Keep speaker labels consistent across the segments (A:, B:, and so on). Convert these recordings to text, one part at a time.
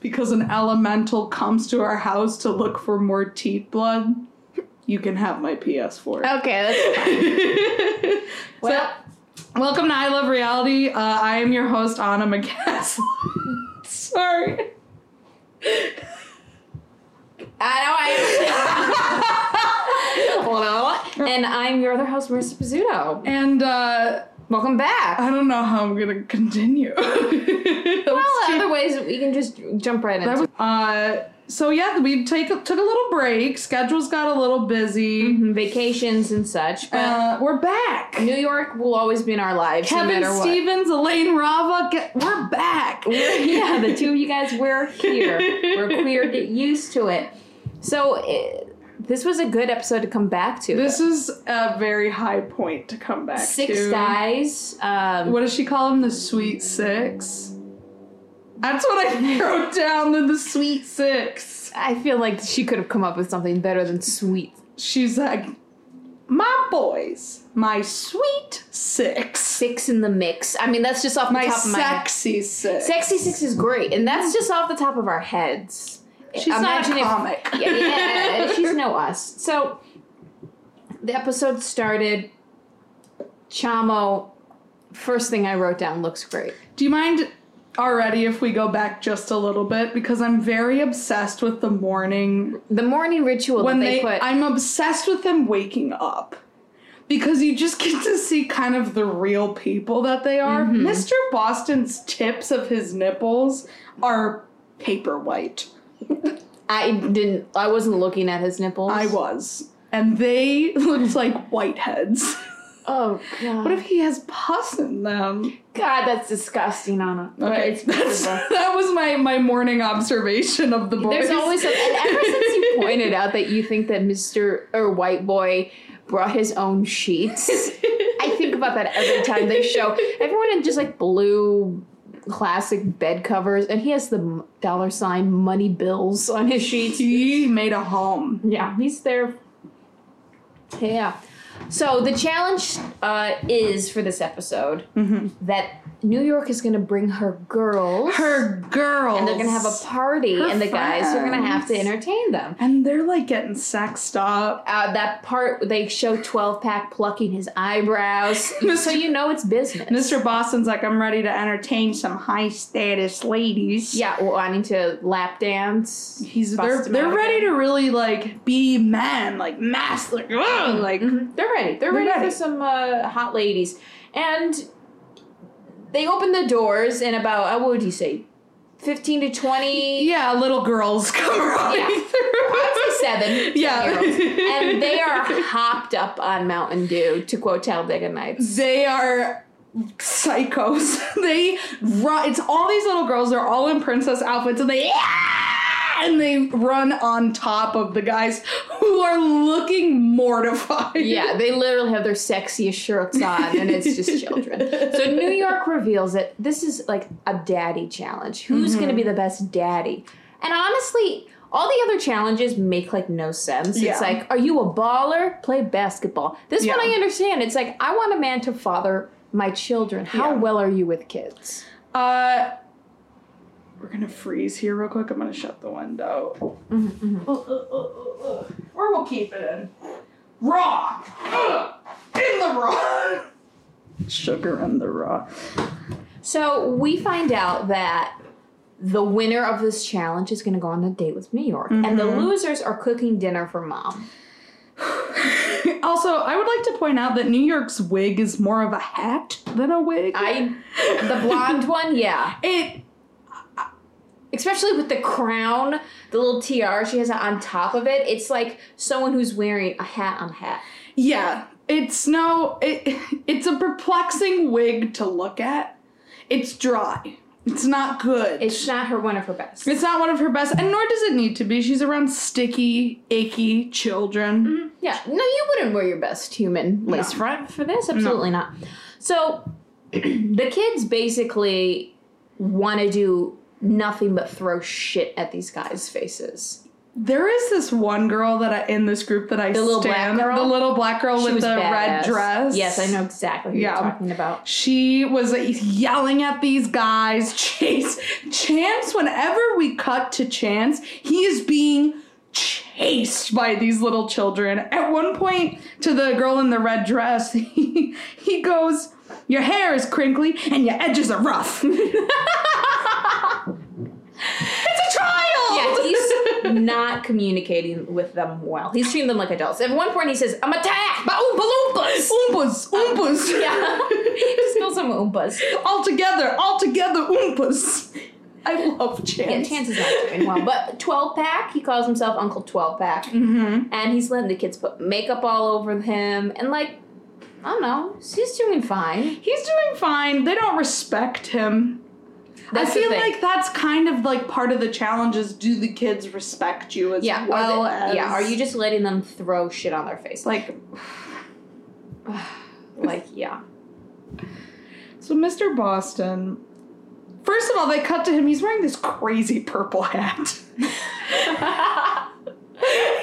A: because an elemental comes to our house to look for more teat blood, you can have my PS4.
B: Okay. That's, well,
A: so, welcome to I Love Reality. Uh, I am your host, Anna McCaslin. Sorry.
B: I know. I. Hello, and I'm your other host, Marissa Pizzuto.
A: And uh,
B: Welcome back.
A: I don't know how I'm going to continue. Oh,
B: well, other ways we can just jump right into.
A: uh, so yeah, we take took a little break. Schedules got a little busy.
B: Mhm, vacations and such, but
A: Uh, we're back.
B: New York will always be in our lives, no
A: Kevin
B: matter
A: Stevens, Elaine Rava, get, we're back.
B: what. yeah, the two of you guys we're here. We're queer. Get used to it. So eh, this was a good episode to come back to.
A: This is a very high point to come back
B: six
A: to.
B: guys. Um,
A: What does she call him? The Sweet Six? That's what I wrote down, the, the Sweet Six.
B: I feel like she could have come up with something better than sweet.
A: She's like, my boys, my Sweet Six.
B: Six in the mix. I mean, that's just off the
A: My
B: top of my head.
A: sexy six.
B: Sexy six is great, and that's just off the top of our heads.
A: She's not a
B: Imagine if-
A: comic.
B: yeah, yeah, she's no us. So the episode started. Chamo, first thing I wrote down looks great.
A: Do you mind already if we go back just a little bit? Because I'm very obsessed with the morning
B: The morning ritual
A: when
B: that
A: they,
B: they, put.
A: I'm obsessed with them waking up. Because you just get to see kind of the real people that they are.
B: Mm-hmm.
A: Mr. Boston's tips of his nipples are paper white.
B: I didn't. I wasn't looking at his nipples.
A: I was. And they looked like whiteheads.
B: Oh god.
A: What if he has pus in them?
B: God, that's disgusting, Anna.
A: Okay, that's, that was my, my morning observation of the boys.
B: There's always something. And ever since you pointed out that you think that Mr. or White Boy brought his own sheets, I think about that every time they show everyone in just like blue classic bed covers, and he has the m- dollar sign money bills on his sheets.
A: he made a home.
B: Yeah, he's there. Yeah. So the challenge uh, is for this episode
A: Mm-hmm.
B: that New York is going to bring her girls.
A: her girls.
B: and they're gonna have a party,
A: Her
B: and the guys are gonna have to
A: friends.
B: entertain them.
A: and they're like getting sexed up.
B: Uh, that part where they show twelve pack plucking his eyebrows, so you know it's business.
A: Mr. Boston's like, I'm ready to entertain some high status ladies.
B: yeah, wanting to lap dance.
A: He's
B: Bust
A: they're
B: him
A: they're
B: out
A: ready
B: again.
A: to really like be men, like mass like, ugh, like
B: They're ready. They're,
A: Mm-hmm. They're
B: ready,
A: ready.
B: for some uh, hot ladies, and they open the doors in about uh, what would you say, fifteen to twenty.
A: yeah, little girls come running
B: Yeah.
A: through.
B: Seven,
A: Yeah.
B: seven-year-olds. and they are hopped up on Mountain Dew to quote Talladega Nights.
A: They are psychos. they run it's all these little girls, they're all in princess outfits and they and they run on top of the guys who are looking mortified.
B: Yeah, they literally have their sexiest shirts on, and it's just children. So New York reveals it. This is like a daddy challenge. Who's going
A: Mm-hmm.
B: to be the best daddy? And honestly, all the other challenges make like no sense.
A: Yeah.
B: It's like, are you a baller? Play basketball. This one
A: Yeah.
B: I understand. It's like, I want a man to father my children. How
A: Yeah.
B: well are you with kids?
A: Uh, we're gonna freeze here real quick. I'm gonna shut the window. Ugh, ugh, ugh, ugh, ugh. uh, Or we'll keep it in. Raw! Ugh. In the raw! Sugar in the raw.
B: So we find out that the winner of this challenge is going to go on a date with New York, and
A: Mm-hmm.
B: the losers are cooking dinner for mom.
A: Also, I would like to point out that New York's wig is more of a hat than a wig.
B: I the blonde one, yeah.
A: it
B: Especially with the crown, the little tiara she has on top of it. It's like someone who's wearing a hat on hat.
A: yeah. It's no it it's a perplexing wig to look at. It's dry. It's not good.
B: It's not her one of her best.
A: It's not one of her best, and nor does it need to be. She's around sticky, icky children.
B: Yeah, no, you wouldn't wear your best human lace
A: No.
B: front for this. Absolutely not. So the kids basically want to do nothing but throw shit at these guys' faces.
A: There is this one girl that I, in this group that I
B: The little black
A: stand,
B: girl?
A: the little black girl
B: She
A: with
B: was
A: the red
B: badass.
A: dress.
B: Yes, I know exactly who
A: Yeah.
B: you're talking about.
A: She was uh, yelling at these guys. Chase, Chance, whenever we cut to Chance, he is being chased by these little children. At one point, to the girl in the red dress, he, he goes, Your hair is crinkly and your edges are rough. it's a
B: Yeah,
A: child!
B: he's not communicating with them well. He's treating them like adults. At one point, he says, "I'm attacked by oompa loompas." Um,
A: Oompas, oompas.
B: yeah, just kill some oompas.
A: All together, all together, oompas. I love Chance.
B: Yeah, chances not doing well. But 12 pack, he calls himself Uncle 12 pack. Mm-hmm. And he's letting the kids put makeup all over him. And, like, I don't know, he's doing fine.
A: He's doing fine. They don't respect him.
B: That's
A: I
B: the
A: feel
B: thing.
A: like that's kind of like part of the challenge is do the kids respect you as
B: Yeah. are
A: well
B: they-
A: as
B: yeah. Are you just letting them throw shit on their face? Like,
A: like
B: like yeah.
A: so Mr. Boston First of all, they cut to him. He's wearing this crazy purple hat.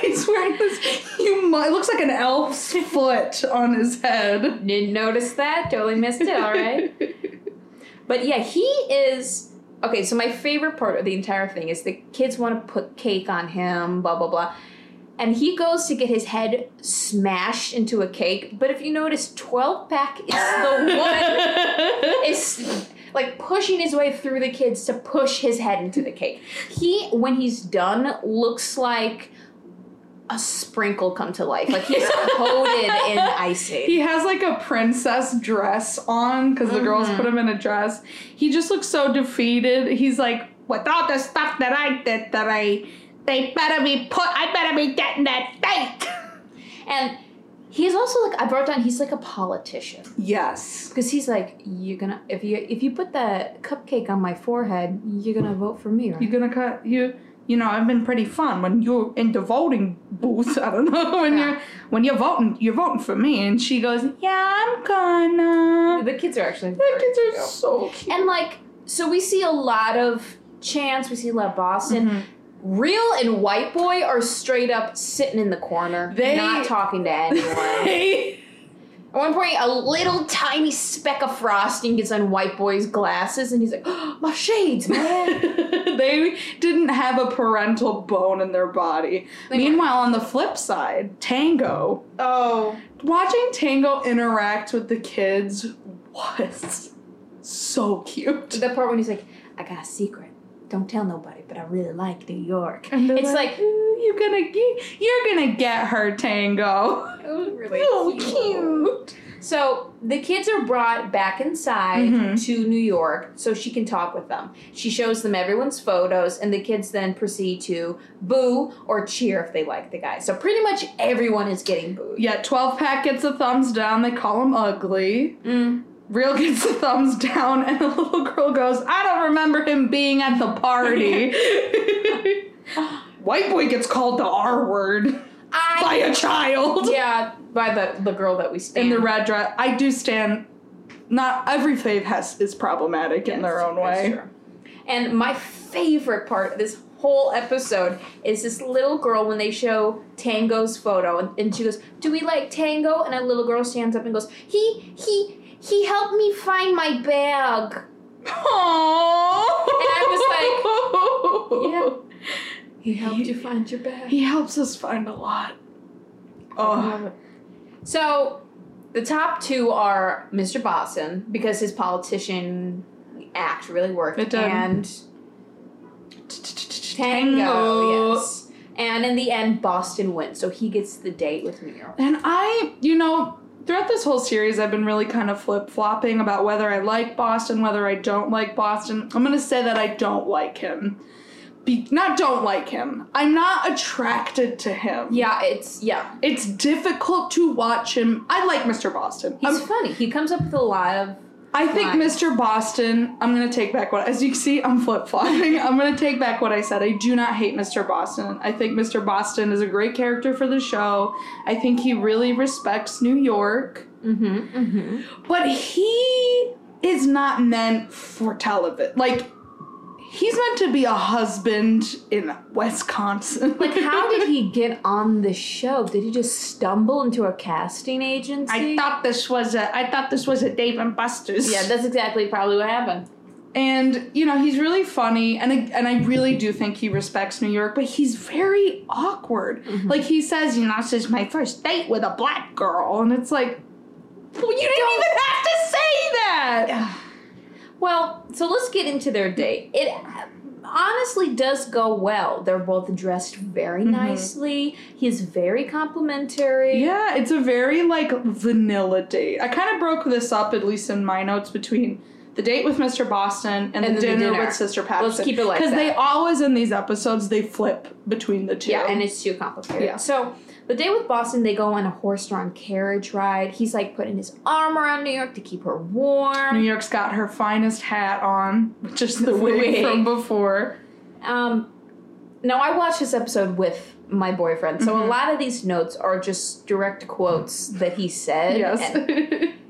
A: He's wearing this humo- it looks like an elf's foot on his head.
B: Didn't notice that. Totally missed it. All right. But yeah, he is okay. So my favorite part of the entire thing is the kids want to put cake on him, blah blah blah, and he goes to get his head smashed into a cake. But if you notice, twelve pack is the one is like pushing his way through the kids to push his head into the cake. He, when he's done, looks like a sprinkle come to life. Like he's coated in icing.
A: He has like a princess dress on because the girls put him in a dress. He just looks so defeated. He's like, with all the stuff that I did today, they better be put. I better be getting that date.
B: And he's also like I brought down he's like a politician
A: Yes.
B: because he's like you're gonna if you if you put that cupcake on my forehead you're gonna vote for me right?
A: You're gonna cut you. You know, I've been pretty fun when you're in the voting booth. I don't know when
B: Yeah.
A: you're when you're voting. You're voting for me, and she goes, "Yeah, I'm gonna."
B: the kids are actually
A: The kids are so cute.
B: and like so we see a lot of chance we see a lot of Boston. Real and white boy are straight up sitting in the corner,
A: They-
B: not talking to anyone. At one point, a little tiny speck of frosting gets on White Boy's glasses, and he's like, oh, "My shades, man!"
A: they didn't have a parental bone in their body.
B: They
A: Meanwhile, on the flip side, Tango.
B: oh,
A: Watching Tango interact with the kids was so cute.
B: the part when he's like, "I got a secret. Don't tell nobody, but I really like New York."
A: And they're
B: It's like,
A: "Ooh, you're gonna get, you're gonna get her Tango.
B: it was really
A: So cute.
B: So the kids are brought back inside
A: Mhm.
B: to New York so she can talk with them. She shows them everyone's photos, and the kids then proceed to boo or cheer if they like the guy. So pretty much everyone is getting booed.
A: Yeah, 12 pack gets a thumbs down. They call him ugly.
B: Mm.
A: Real gets a thumbs down, and the little girl goes, I don't remember him being at the party. White boy gets called the R word
B: I
A: by a child.
B: Yeah, by the the girl that we
A: In
B: stand.
A: the red dress. I do stand. Not every fave has is problematic in their own
B: That's
A: way.
B: true. And my favorite part of this whole episode is this little girl when they show Tango's photo, and, and she goes, "Do we like Tango?" And a little girl stands up and goes, "He he he helped me find my bag."
A: Aww. And I
B: was like, yeah. He
A: helped you
B: find your bag.
A: He helps us find a lot. Oh,
B: So the top two are Mr. Boston because his politician act really worked,
A: It did.
B: and Tango, yes. And in the end, Boston wins, so he gets the date with New York.
A: And I, you know, throughout this whole series, I've been really kind of flip flopping about whether I like Boston, whether I don't like Boston. I'm going to say that I don't like him. Be- not don't like him. I'm not attracted to him.
B: Yeah, it's yeah.
A: It's difficult to watch him. I like Mr. Boston.
B: He's
A: I'm-
B: funny. He comes up with a lot of
A: I think
B: fine.
A: Mr. Boston, I'm going to take back what, as you can see, I'm flip flopping. I'm going to take back what I said. I do not hate Mr. Boston. I think Mr. Boston is a great character for the show. I think he really respects New York.
B: mm-hmm, mm-hmm.
A: But he is not meant for television. Like, He's meant to be a husband in Wisconsin.
B: Like, how did he get on the show? Did he just stumble into a casting agency?
A: I thought this was a I thought this was a Dave and Buster's.
B: Yeah, that's exactly probably what happened.
A: and you know he's really funny, and I- and I really do think he respects New York, but he's very awkward.
B: Mm-hmm.
A: Like he says, you know, this is my first date with a black girl, and it's like, well, you didn't even have to say that.
B: Well, so let's get into their date. It honestly does go well. They're both dressed very nicely. He is very complimentary.
A: Yeah, it's a very like vanilla date. I kind of broke this up, at least in my notes, between the date with Mr. Boston and,
B: And then
A: the,
B: the
A: dinner
B: dinner.
A: with Sister Patterson.
B: keep it like
A: because they
B: that.
A: always in these episodes they flip between the two.
B: Yeah, and it's too complicated.
A: Yeah.
B: So the day with Boston, they go on a horse-drawn carriage ride. He's like putting his arm around New York to keep her warm.
A: New York's got her finest hat on, which is the wig,
B: wig.
A: from before.
B: Um, now I watched this episode with my boyfriend, so a
A: Mhm.
B: lot of these notes are just direct quotes that he said.
A: Yes.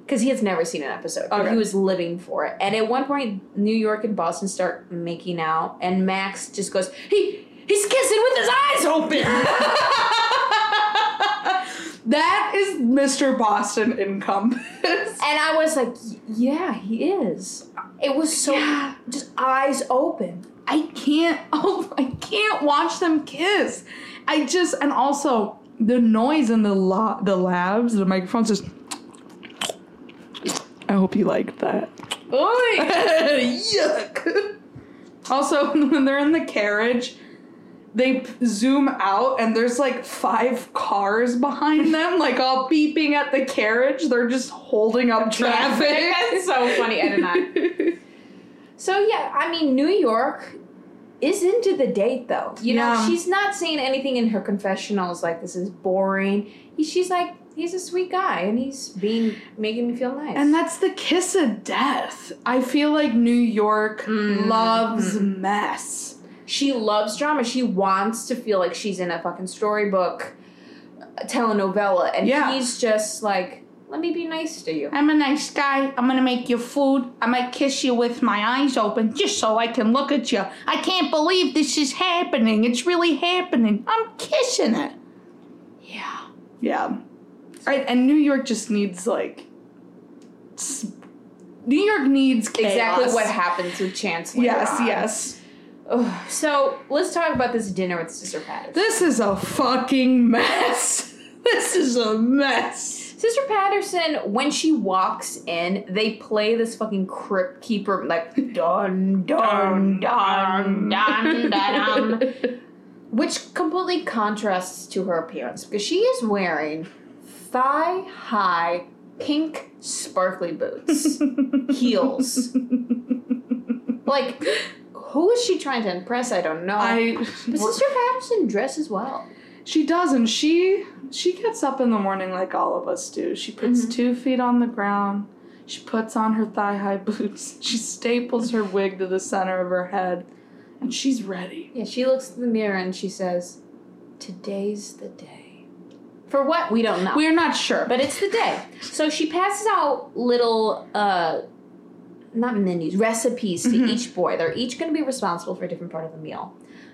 B: because he has never seen an episode, but
A: Okay.
B: he was living for it. And at one point, New York and Boston start making out, and Max just goes, "He he's kissing with his eyes open."
A: that is Mr. Boston in compass.
B: And I was like, yeah, he is. It was so
A: Yeah.
B: just eyes open.
A: I can't. Oh, I can't watch them kiss. I just and also the noise in the lo- the labs, the microphones just. I hope you liked that. Yuck. Also, when they're in the carriage, they p- zoom out and there's like five cars behind them, like all beeping at the carriage. They're just holding up traffic.
B: That's so funny, Ed and I. So yeah, I mean, New York is into the date though. You know,
A: Yeah.
B: she's not saying anything in her confessionals like this is boring. He, she's like, he's a sweet guy, and he's being making me feel nice.
A: And that's the kiss of death. I feel like New York
B: Mm.
A: loves mess.
B: She loves drama. She wants to feel like she's in a fucking storybook uh, telenovela. And
A: Yeah.
B: he's just like, let me be nice to you.
A: I'm a nice guy. I'm gonna make you food. I might kiss you with my eyes open just so I can look at you. I can't believe this is happening. It's really happening. I'm kissing it.
B: Yeah.
A: Yeah. I, and New York just needs, like. s- New York needs chaos.
B: Exactly what happens with Chance. later
A: Yes,
B: on.
A: yes.
B: Ugh. So let's talk about this dinner with Sister Patterson.
A: This is a fucking mess. This is a mess.
B: Sister Patterson, when she walks in, they play this fucking crypt keeper like dun dun dun dun dun dun, which completely contrasts to her appearance because she is wearing thigh high pink sparkly boots, heels. Like, who is she trying to impress? I don't know.
A: I
B: but Sister Patterson dresses well.
A: she doesn't. She she gets up in the morning like all of us do. She puts two feet on the ground. She puts on her thigh high boots. She staples her wig to the center of her head, and she's ready.
B: Yeah, she looks in the mirror and she says, Today's the day. For what? We don't know.
A: We're not sure,
B: but it's the day. So she passes out little, uh, not menus, recipes to
A: Mhm.
B: each boy. They're each going to be responsible for a different part of the meal.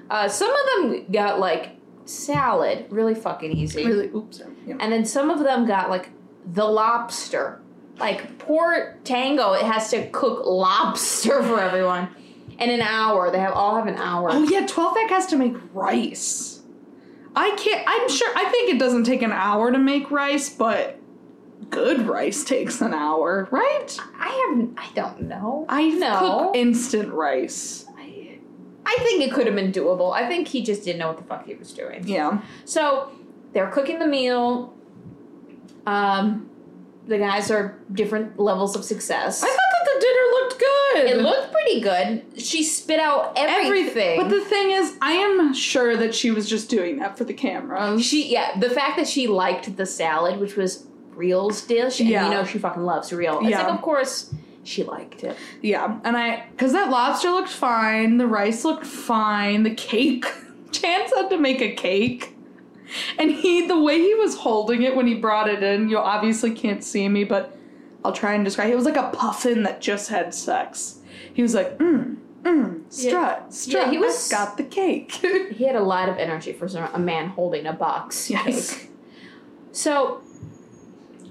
B: Uh, some of them got like salad, really fucking easy.
A: really, oops. sorry. Yeah.
B: And then some of them got like the lobster. Like poor Tango, it has to cook lobster for everyone. In an hour, they have all have an hour.
A: Oh yeah, twelve pack has to make rice. I can't. I'm sure. I think it doesn't take an hour to make rice, but good rice takes an hour, right?
B: I have. I don't know.
A: I
B: No.
A: cook instant rice.
B: I, I think it could have been doable. I think he just didn't know what the fuck he was doing.
A: Yeah.
B: So they're cooking the meal. Um, the guys are different levels of success.
A: I thought that the dinner looked good.
B: it looked pretty good. She spit out everything.
A: But the thing is, I am sure that she was just doing that for the cameras.
B: she, yeah, the fact that she liked the salad, which was Real's dish, and
A: Yeah.
B: you know she fucking loves Real. It's
A: Yeah.
B: like, of course, she liked it.
A: Yeah, and I because that lobster looked fine, the rice looked fine, the cake. Chance had to make a cake, and he the way he was holding it when he brought it in, you obviously can't see me, but I'll try and describe. It was like a puffin that just had sex. He was like, mm, mm, strut, strut.
B: Yeah, he was-
A: I've got the cake.
B: He had a lot of energy for some- a man holding a box.
A: yes.
B: So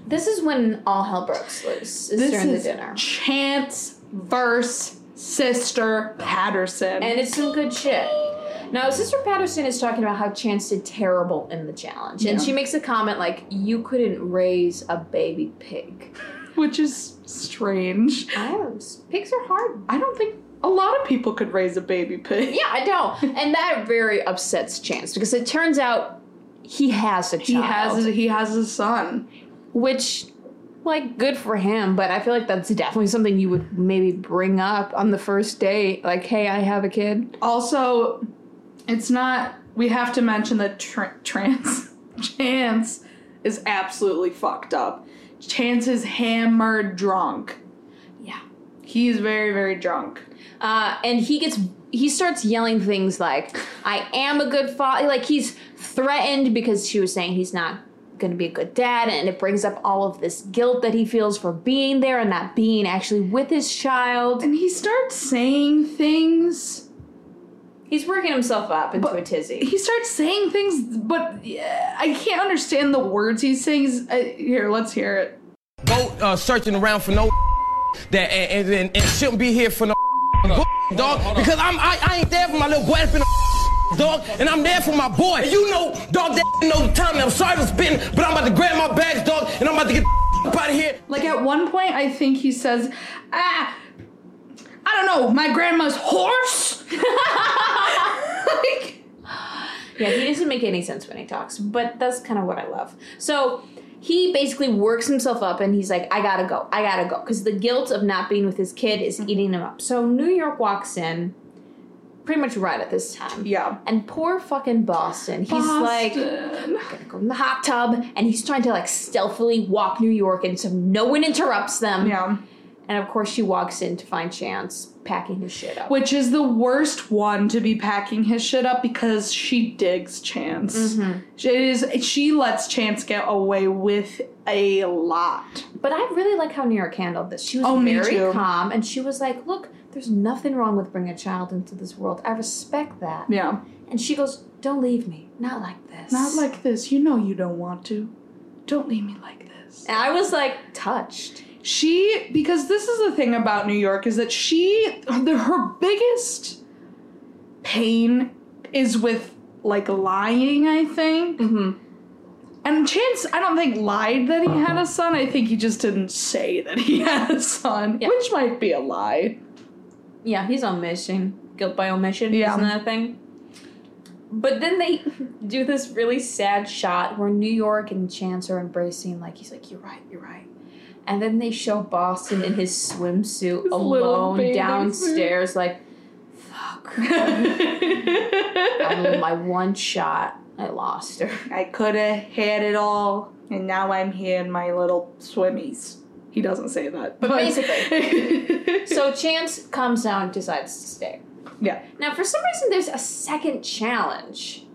B: this is when all hell breaks loose. Is
A: This
B: during
A: is
B: the dinner.
A: Chance verse sister Patterson.
B: And it's some good shit. Now, Sister Patterson is talking about how Chance did terrible in the challenge. And
A: Yeah.
B: she makes a comment like, You couldn't raise a baby pig.
A: which is strange.
B: I don't, pigs are hard.
A: I don't think a lot of people could raise a baby pig.
B: Yeah, I know. and that very upsets Chance because it turns out he has a child.
A: He has a, he has a son.
B: Which, like, good for him, but I feel like that's definitely something you would maybe bring up on the first date. Like, hey, I have a kid.
A: Also, it's not. We have to mention that tr- trans Chance is absolutely fucked up. Chance is hammered drunk.
B: Yeah.
A: He's very very drunk.
B: Uh, and he gets he starts yelling things like i am a good father like he's threatened because she was saying he's not going to be a good dad and it brings up all of this guilt that he feels for being there and not being actually with his child
A: And he starts saying things
B: he's working himself up into
A: But-
B: a tizzy
A: he starts saying things, but yeah, I can't understand the words he's saying. He's- I- here, let's hear it.
C: go uh, searching around for no that and, and, and, and shouldn't be here for no dog because I'm I, I ain't there for my little boy that's been a dog and I'm there for my boy. And you know, dog, that know the time. And I'm sorry for spitting, but I'm about to grab my bags, dog, and I'm about to get the out of here.
A: Like at one point, I think he says, "Ah, I don't know, my grandma's horse." like,
B: yeah he doesn't make any sense when he talks but that's kind of what i love so he basically works himself up and he's like i gotta go i gotta go because the guilt of not being with his kid is
A: Mm-hmm.
B: eating him up so new york walks in pretty much right at this time
A: yeah,
B: And poor fucking Boston. He's like
A: Boston.
B: go in the hot tub and he's trying to like stealthily walk New York and so no one interrupts them.
A: yeah,
B: And of course she walks in to find Chance packing his shit up.
A: which is the worst one to be packing his shit up because she digs Chance. It is she lets Chance get away with a lot.
B: But I really like how New York handled this. She was
A: Oh, me too.
B: very calm and she was like, "Look, there's nothing wrong with bringing a child into this world. I respect that."
A: Yeah,
B: And she goes, "Don't leave me. Not like this."
A: not like this. You know you don't want to. Don't leave me like this.
B: And I was like touched.
A: she because this is the thing about new york is that she the, her biggest pain is with like lying i think
B: Mhm.
A: and chance i don't think lied that he had a son i think he just didn't say that he had a son
B: Yeah.
A: which might be a lie
B: Yeah, he's omission. Guilt by omission,
A: Yeah.
B: isn't that a thing? But then they do this really sad shot where New York and Chance are embracing, like he's like, You're right, you're right. And then they show Boston in his swimsuit
A: His little
B: alone
A: bathing
B: downstairs, like, fuck. I-
A: i
B: my one shot, I lost her.
A: could have had it all and now i'm here in my little swimmies he doesn't say that but, basically
B: So Chance comes down and decides to stay.
A: yeah
B: Now for some reason there's a second challenge.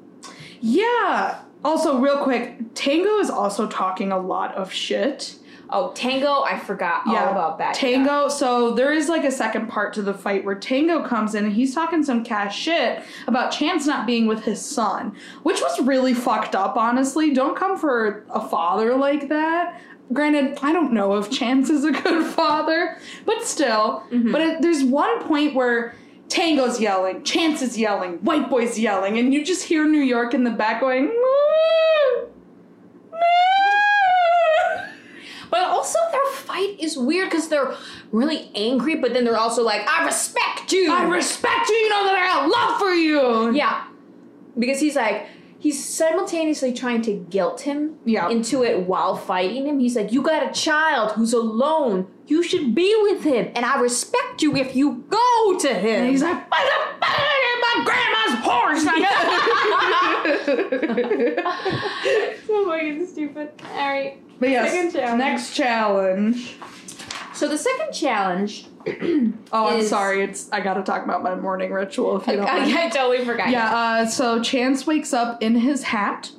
A: Yeah. Also, real quick, Tango is also talking a lot of shit.
B: Oh, Tango, I forgot all about that.
A: Tango. So there is like a second part to the fight where Tango comes in and he's talking some cash shit about Chance not being with his son, which was really fucked up, honestly. Don't come for a father like that. Granted, I don't know if Chance is a good father, but still.
B: Mm-hmm.
A: But it, there's one point where Tango's yelling, Chance is yelling, White Boy's yelling, and you just hear New York in the back going, "Moo! Moo!"
B: But also their fight is weird because they're really angry, but then they're also like, I respect you.
A: I respect you. You know that I got love for you.
B: Yeah. Because he's like, he's simultaneously trying to guilt him
A: Yeah.
B: into it while fighting him. He's like, You got a child who's alone. You should be with him. And I respect you if you go to him.
A: And he's like, "Why the fuck did I get my grandma's horse?"
B: so fucking stupid. All right.
A: but yes,
B: Second challenge.
A: next challenge.
B: So the second challenge.
A: Oh, I'm
B: Is-
A: sorry. It's I gotta talk about my morning ritual if you
B: Oh,
A: don't. mind.
B: I, I totally forgot.
A: Yeah. Uh, so Chance wakes up in his hat.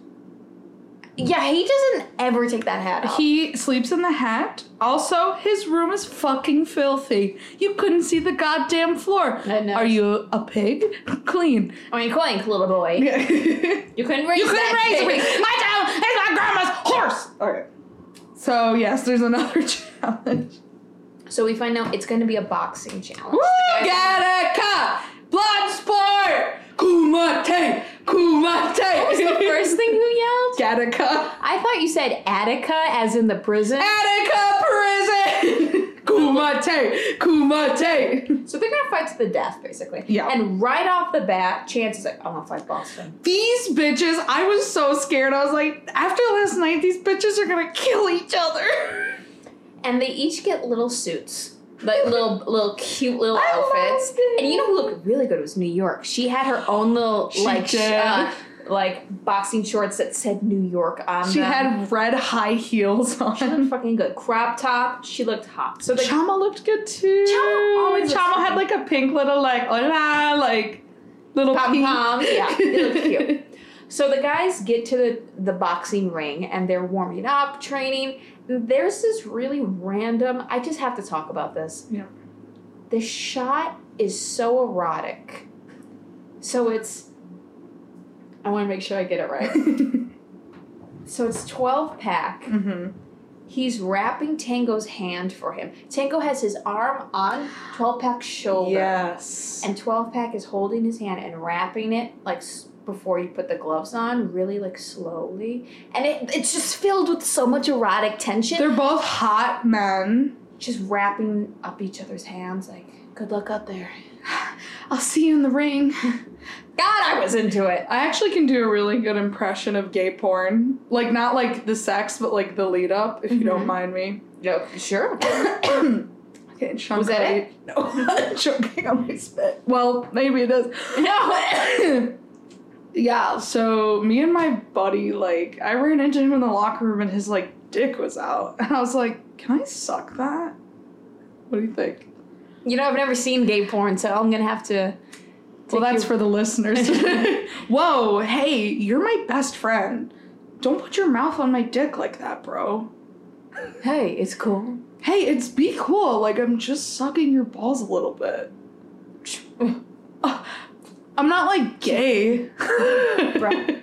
B: Yeah, he doesn't ever take that hat off.
A: He sleeps in the hat. Also, his room is fucking filthy. You couldn't see the goddamn floor.
D: I know.
A: Are you a pig? Clean.
B: I mean, clink, little boy.
A: you couldn't
B: You couldn't raise that
A: raise
B: pig.
A: me. My child is my grandma's horse. Okay. So yes, there's another challenge.
B: So we find out it's going to be a boxing challenge.
A: Woo! Gattaca! Blood sport! Kumite! Kumite! What was
B: the first thing who yelled?
A: Gattaca.
B: I thought you said Attica, as in the prison.
A: Attica prison! Kumite! Kumite!
B: So they're gonna fight to the death, basically.
A: Yeah.
B: And right off the bat, Chance is like, I'm gonna fight Boston.
A: These bitches, I was so scared. I was like, after last night, these bitches are gonna kill each other.
B: And they each get little suits. Like little little cute little
A: I love
B: outfits.
A: this.
B: And you know who looked really good was New York. She had her own little
A: She
B: like sh-
A: did.
B: uh, like boxing shorts that said New York on
A: She
B: them.
A: had red high heels
B: she looked
A: on.
B: fucking good. Crop top, she looked hot. So they
A: Chama looked good too.
B: Chama always looks
A: Chama had
B: good.
A: like a pink little like hola like little
B: pom
A: pink.
B: poms. Yeah, they look cute. So the guys get to the, the boxing ring and they're warming up, training. And there's this really random, I just have to talk about this.
A: Yeah.
B: The shot is so erotic. So it's, I want to make sure I get it right. so it's 12 pack.
A: mm-hmm.
B: He's wrapping Tango's hand for him. Tango has his arm on 12 pack's shoulder.
A: Yes.
B: And 12 pack is holding his hand and wrapping it like s- before you put the gloves on, really like slowly. And it, it's just filled with so much erotic tension.
A: They're both hot men.
B: just wrapping up each other's hands like, good luck out there.
A: I'll see you in the ring.
B: God, I was into it.
A: I actually can do a really good impression of gay porn. Like, not like the sex, but like the lead up, if you
B: Mm-hmm.
A: don't mind me.
B: No, sure.
A: Okay, and Sean
B: Was that
A: Cody- No, I'm joking. I'm gonna spit. Well, maybe it is.
B: no.
A: Yeah, so me and my buddy, like, I ran into him in the locker room and his, like, dick was out. And I was like, can I suck that? What do you think?
B: you know, I've never seen gay porn, so I'm going to have
A: Well,
B: to. take
A: that's
B: your-
A: for the listeners. Whoa, hey, you're my best friend. Don't put your mouth on my dick like that, bro.
B: Hey, it's cool.
A: Hey, it's be cool. Like, I'm just sucking your balls a little bit. I'm not like gay.
B: Bruh.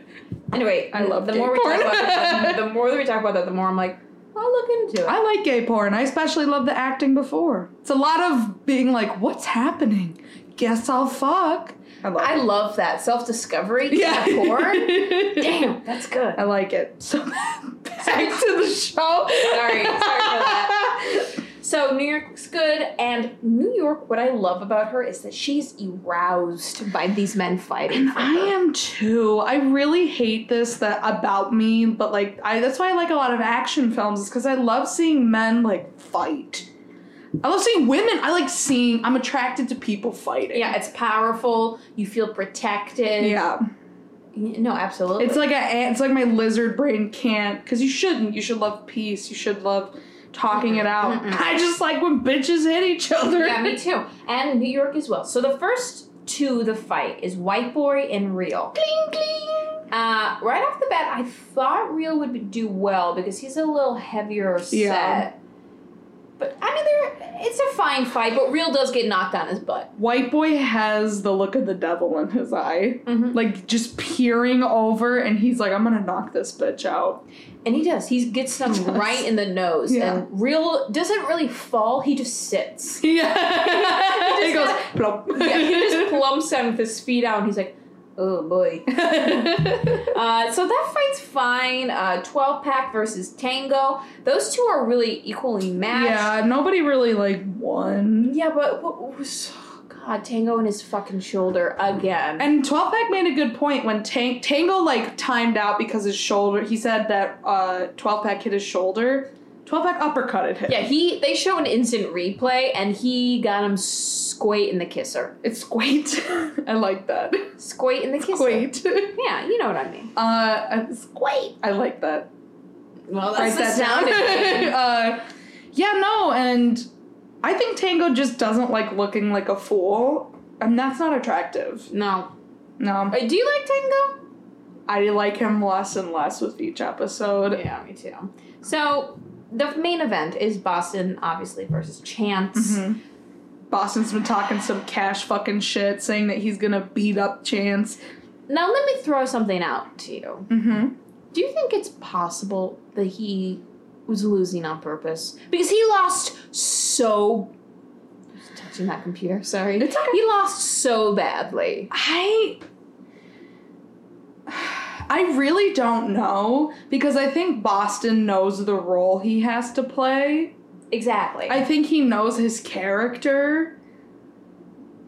B: Anyway,
A: I love
B: the
A: gay
B: more we
A: porn.
B: talk about that, the, the more that we talk about that, the more I'm like, I'll look into it.
A: I like gay porn. I especially love the acting before. It's a lot of being like, what's happening? Guess I'll fuck. I love
B: I love that self discovery.
A: Yeah.
B: porn. Damn, that's good.
A: I like it. So back to the show.
B: Sorry, sorry for that. So New York's good, and New York. What I love about her is that she's aroused by these men fighting.
A: And I am too. I really hate this that about me, but like I that's why I like a lot of action films is cuz I love seeing men like fight. I love seeing women. I like seeing I'm attracted to people fighting.
B: yeah, it's powerful. You feel protected.
A: Yeah.
B: No, absolutely.
A: It's like a it's like my lizard brain can't cuz you shouldn't. You should love peace. You should love talking it out. I just like when bitches hit each other.
B: yeah, me too. And New York as well. So the first to the fight is White Boy and Real.
A: Cling, cling.
B: Uh, right off the bat, I thought Real would be- do well because he's a little heavier set.
A: Yeah.
B: But I mean, there it's a fine fight, but Real does get knocked on his butt.
A: White boy has the look of the devil in his eye.
B: Mhm.
A: Like just peering over and he's like I'm going to knock this bitch out.
B: And he does. He gets them
A: does.
B: right in the nose.
A: Yeah.
B: And Real doesn't really fall, he just sits.
A: Yeah.
B: He
A: he goes
B: just
A: plop.
B: yeah, he just plumps down with his feet out, and he's like, oh boy. Uh, so that fight's fine. Uh, 12 pack versus Tango. Those two are really equally matched.
A: yeah, nobody really like won.
B: Yeah, but what was God Tango and his fucking shoulder again?
A: And 12 Pack made a good point when Tang- Tango like timed out because his shoulder. He said that uh 12 Pack hit his shoulder. 12 Pack uppercutted him.
B: yeah, he they show an instant replay and he got him squat in the kisser.
A: It's squat. I like that.
B: Squat in the kisser.
A: Squat.
B: Yeah, you know what I mean.
A: Uh, squat. I like that.
B: Well,
A: Write that down. uh, yeah, no, and I think Tango just doesn't like looking like a fool, and that's not attractive.
B: no.
A: No.
B: Uh, do you like Tango?
A: I like him less and less with each episode.
B: Yeah, me too. So the main event is Boston, obviously, versus Chance.
A: Mhm. Boston's been talking some cash fucking shit, saying that he's gonna beat up Chance.
B: Now, let me throw something out to you.
A: Mm-hmm.
B: Do you think it's possible that he was losing on purpose? Because he lost so. Touching that computer, sorry.
A: It's okay.
B: He lost so badly.
A: I I really don't know because I think Boston knows the role he has to play.
B: Exactly.
A: I think he knows his character.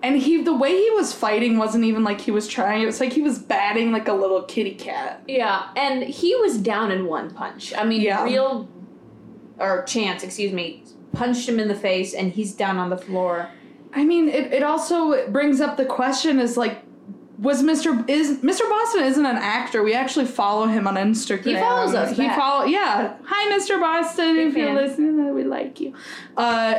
A: And he the way he was fighting wasn't even like he was trying. It was like he was batting like a little kitty cat.
B: yeah, and he was down in one punch. I mean,
A: Yeah.
B: real. Or Chance, excuse me, punched him in the face and he's down on the floor.
A: I mean, it, it also brings up the question is like was Mr. is Mr. Boston isn't an actor. We actually follow him on Instagram.
B: He follows us
A: He
B: back.
A: follow yeah. Hi Mr. Boston,
B: Big
A: if you're
B: fan.
A: listening, we like you. Uh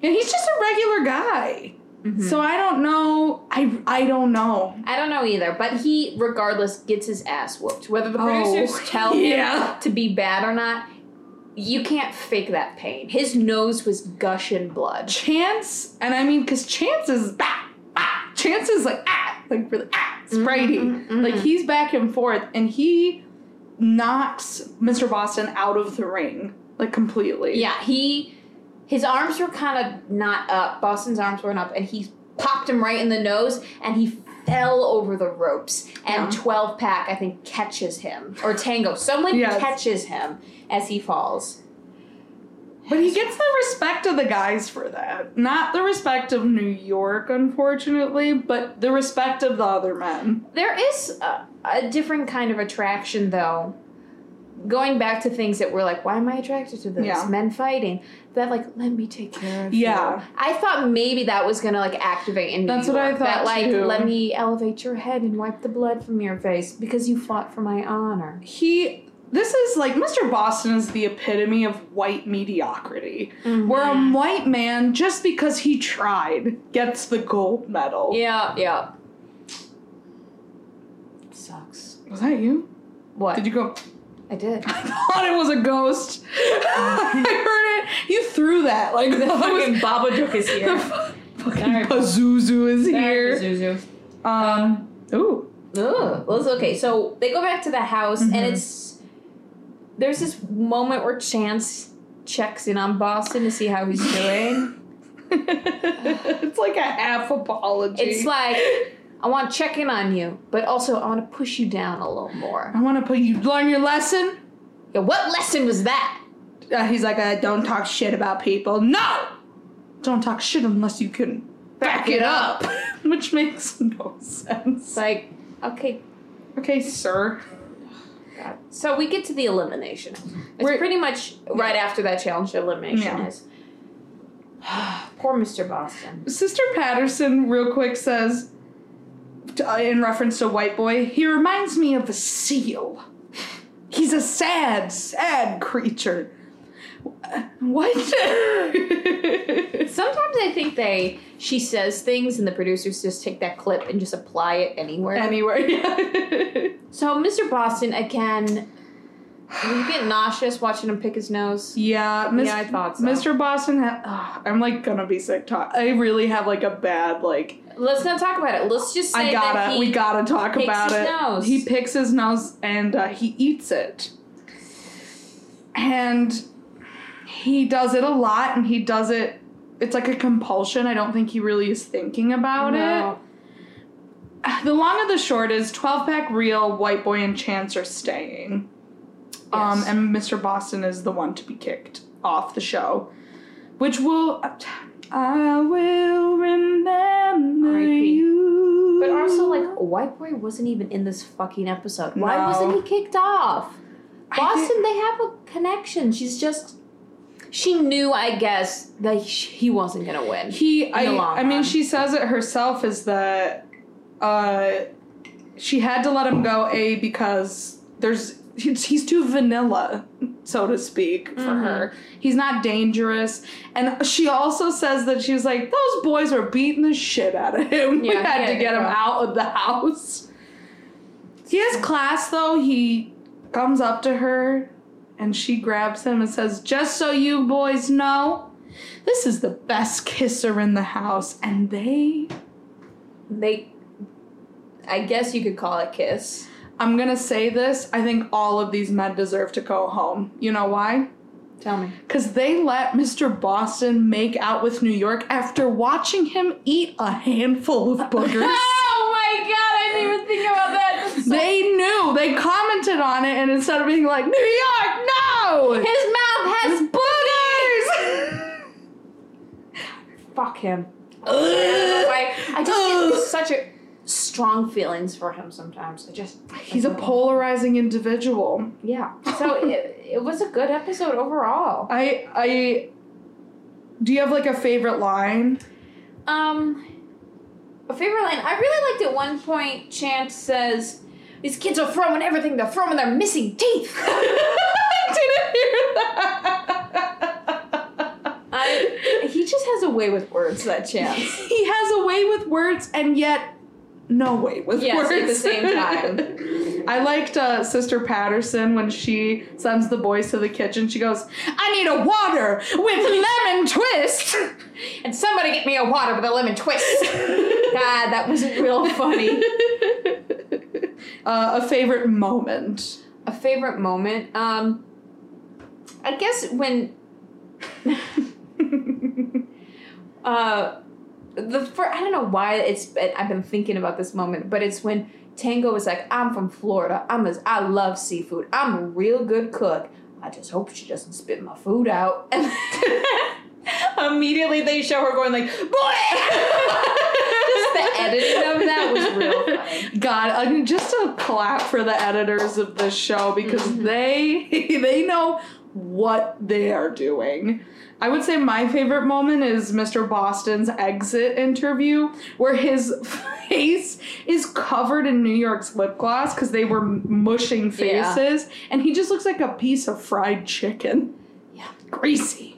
A: and he's just a regular guy.
B: Mm-hmm.
A: So I don't know. I I don't know.
B: I don't know either, but he, regardless, gets his ass whooped. Whether the
A: Oh,
B: producers tell
A: yeah.
B: him to be bad or not, you can't fake that pain. His nose was gushing blood.
A: Chance, and I mean, because Chance is bah, bah, Chance is like ah, like really ah, spritey. Like he's back and forth, and he knocks Mr. Boston out of the ring like completely.
B: Yeah, he, his arms were kind of not up. Boston's arms weren't up, and he popped him right in the nose, and he fell over the ropes. And
A: Yeah.
B: 12 Pack, I think, catches him. Or Tango. Someone
A: Yes.
B: catches him as he falls.
A: But he gets the respect of the guys for that. Not the respect of New York, unfortunately, but the respect of the other men.
B: There is a, a different kind of attraction, though. Going back to things that were like, why am I attracted to this?
A: Yeah.
B: Men fighting. That like, let me take care of
A: Yeah.
B: you. I thought maybe that was gonna like activate in New
A: That's what I
B: York,
A: thought,
B: That like,
A: too.
B: let me elevate your head and wipe the blood from your face because you fought for my honor.
A: He. This is like Mr. Boston is the epitome of white mediocrity, where a
B: Mm-hmm.
A: white man, just because he tried, gets the gold medal.
B: Yeah, yeah. Sucks.
A: Was that you?
B: What?
A: Did you go?
B: I did.
A: I thought it was a ghost. I heard it. You threw that like the
B: Babadook is here.
A: The fu- fucking Pazuzu is here.
B: Zuzu.
A: Um. Ooh. Mm-hmm.
B: Ugh. Well, it's okay. So they go back to the house, and it's there's this moment where Chance checks in on Boston to see how he's doing.
A: it's like a half apology.
B: it's like I want to check in on you, but also I want to push you down a little more.
A: I want to put you learn your lesson.
B: Yeah, what lesson was that?
A: Uh, he's like, uh, don't talk shit about people. No, don't talk shit unless you can back, it up, which makes no sense.
B: It's like okay.
A: Okay, sir.
B: So we get to the elimination. It's
A: We're-
B: pretty much right after that challenge elimination
A: Yeah.
B: is. Poor Mr. Boston.
A: Sister Patterson, real quick, says t- uh, in reference to White Boy, he reminds me of a seal. He's a sad, sad creature. Uh, What?
B: Sometimes I think they she says things and the producers just take that clip and just apply it anywhere.
A: Anywhere. yeah.
B: so Mr. Boston again, were you get nauseous watching him pick his nose?
A: yeah, Mis-
B: Yeah, I thought so.
A: Mr. Boston. Ha- ugh, I'm like gonna be sick. Talk. I really have like a bad like.
B: Let's not talk about it. Let's just say
A: I
B: that
A: gotta.
B: he,
A: we gotta talk
B: picks
A: about
B: his
A: it.
B: nose.
A: He picks his nose and uh, he eats it, and he does it a lot, and he does it. It's like a compulsion. I don't think he really is thinking about
B: No.
A: it. The long and the short is, twelve pack real white boy and Chance are staying, um,
B: Yes.
A: and Mr. Boston is the one to be kicked off the show, which will. I will remember
B: R.I.P..
A: you.
B: But also, like, White Boy wasn't even in this fucking episode. Why
A: No.
B: wasn't he kicked off?
A: thi-
B: Boston, they have a connection. She's just. She knew, I guess, that sh- he wasn't gonna win.
A: he I,
B: the long
A: I mean
B: run.
A: she says it herself is that uh she had to let him go a because there's he's, he's too vanilla so to speak for
B: Mm-hmm.
A: her he's not dangerous and she also says that she was like those boys were beating the shit out of him we
B: Yeah,
A: had
B: yeah,
A: to get him
B: yeah.
A: out of the house He has class though. He comes up to her and she grabs him and says, Just so you boys know, this is the best kisser in the house. And they,
B: They, I guess you could call it kiss.
A: I'm gonna say this, I think all of these men deserve to go home. You know why?
B: Tell me.
A: Because they let Mr. Boston make out with New York after watching him eat a handful of boogers.
B: Oh my god! I didn't even think about that. That's so-
A: they knew, they commented on it, and instead of being like, New York, no!
B: His mouth has
A: boogers!
B: fuck him. I, I just get such a strong feelings for him sometimes. I just
A: He's a polarizing individual.
B: yeah. So it, it was a good episode overall.
A: I I do you have like a favorite line?
B: Um, a favorite line. I really liked at one point. Chance says, "These kids are throwing everything. They're throwing their missing teeth." I, he just has a way with words. That Chance.
A: He has a way with words and yet no way with
B: Yes,
A: words
B: at the same time.
A: I liked uh, Sister Patterson when she sends the boys to the kitchen. She goes, "I need a water with lemon twist."
B: And somebody get me a water with a lemon twist. God, that was real funny.
A: Uh, a favorite moment.
B: a favorite moment. Um, I guess when uh, the first, I don't know why it's I've been thinking about this moment, but it's when Tango was like, "I'm from Florida. I'm a, I love seafood. I'm a real good cook. I just hope she doesn't spit my food out." And immediately they show her going like, "Boy!" just the editing of that was real funny.
A: God, and just a clap for the editors of this show because
B: Mm-hmm.
A: they they know what they are doing. I would say my favorite moment is Mr. Boston's exit interview where his face is covered in New York's lip gloss because they were mushing
B: Yeah.
A: faces and he just looks like a piece of fried chicken.
B: Yeah.
A: Greasy.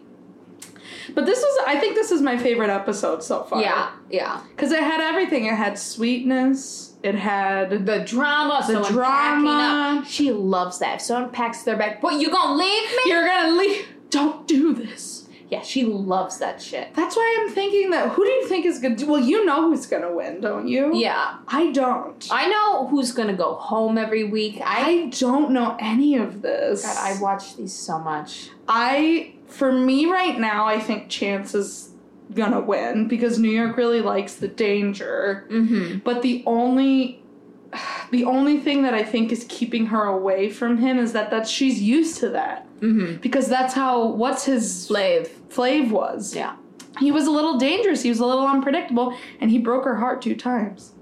A: But this was I think this is my favorite episode so far.
B: Yeah, yeah.
A: Because it had everything. It had sweetness. It had
B: The drama, the so
A: drama.
B: drama. Up. She loves that. So unpacks their bag. What you gonna leave me?
A: You're gonna leave. Don't do this.
B: yeah, she loves that shit.
A: That's why I'm thinking that who do you think is gonna do? Well, you know who's gonna win, don't you?
B: Yeah,
A: I don't.
B: I know who's gonna go home every week. I
A: I don't know any of this.
B: God, I watch these so much.
A: I for me right now, I think Chance is gonna win because New York really likes the danger.
B: Mm-hmm.
A: But the only the only thing that I think is keeping her away from him is that that she's used to that.
B: Mm-hmm.
A: Because that's how what's his
B: Slave.
A: Flav was.
B: Yeah.
A: He was a little dangerous. He was a little unpredictable, and he broke her heart two times.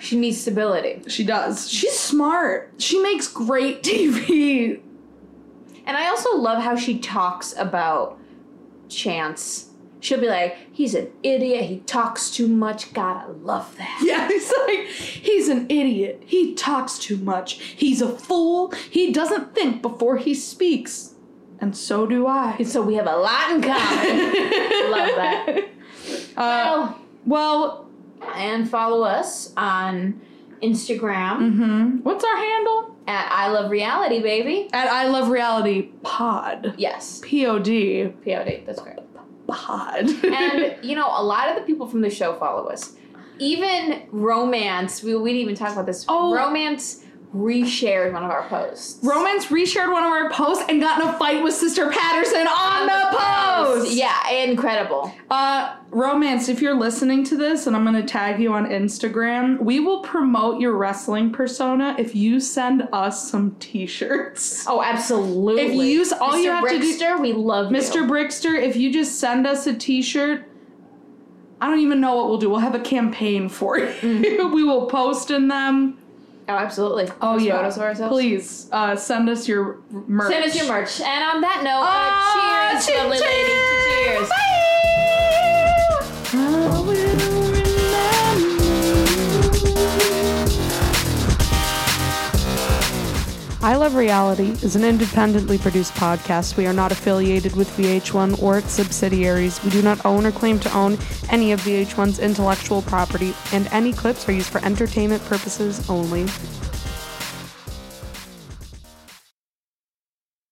B: She needs stability.
A: She does. She's smart. She makes great TV.
B: And I also love how she talks about Chance. She'll be like, he's an idiot. He talks too much. God, I love that.
A: Yeah, he's like, he's an idiot. He talks too much. He's a fool. He doesn't think before he speaks. And so do I.
B: So we have a lot in common. love that.
A: Uh,
B: Well,
A: well,
B: and follow us on Instagram
A: mhm. what's our handle?
B: at I Love Reality Baby.
A: At I Love Reality Pod.
B: Yes,
A: P O D.
B: POD. That's correct.
A: Pod.
B: And you know, a lot of the people from the show follow us. Even romance. We we didn't even talk about this.
A: Oh.
B: romance reshared one of our posts.
A: Romance reshared one of our posts and got in a fight with Sister Patterson on the post.
B: Yeah, incredible.
A: Uh, Romance, if you're listening to this, and I'm going to tag you on Instagram, we will promote your wrestling persona if you send us some t shirts.
B: Oh, absolutely.
A: If you use- all
B: Mr.
A: you have to do-
B: Brickster, we love you.
A: Mr. Brickster, if you just send us a t shirt, I don't even know what we'll do. We'll have a campaign for you.
B: Mm.
A: we will post in them.
B: Oh, absolutely.
A: Oh,
B: Those
A: yeah.
B: photos of ourselves.
A: Please uh, send us your merch.
B: Send us your merch. And on that note,
A: Ah,
B: uh, cheers, lovely
A: chin-chin.
B: lady. Cheers.
A: I will remember.
E: I Love of Reality is an independently produced podcast. We are not affiliated with VH1 or its subsidiaries. We do not own or claim to own any of VH1's intellectual property, and any clips are used for entertainment purposes only.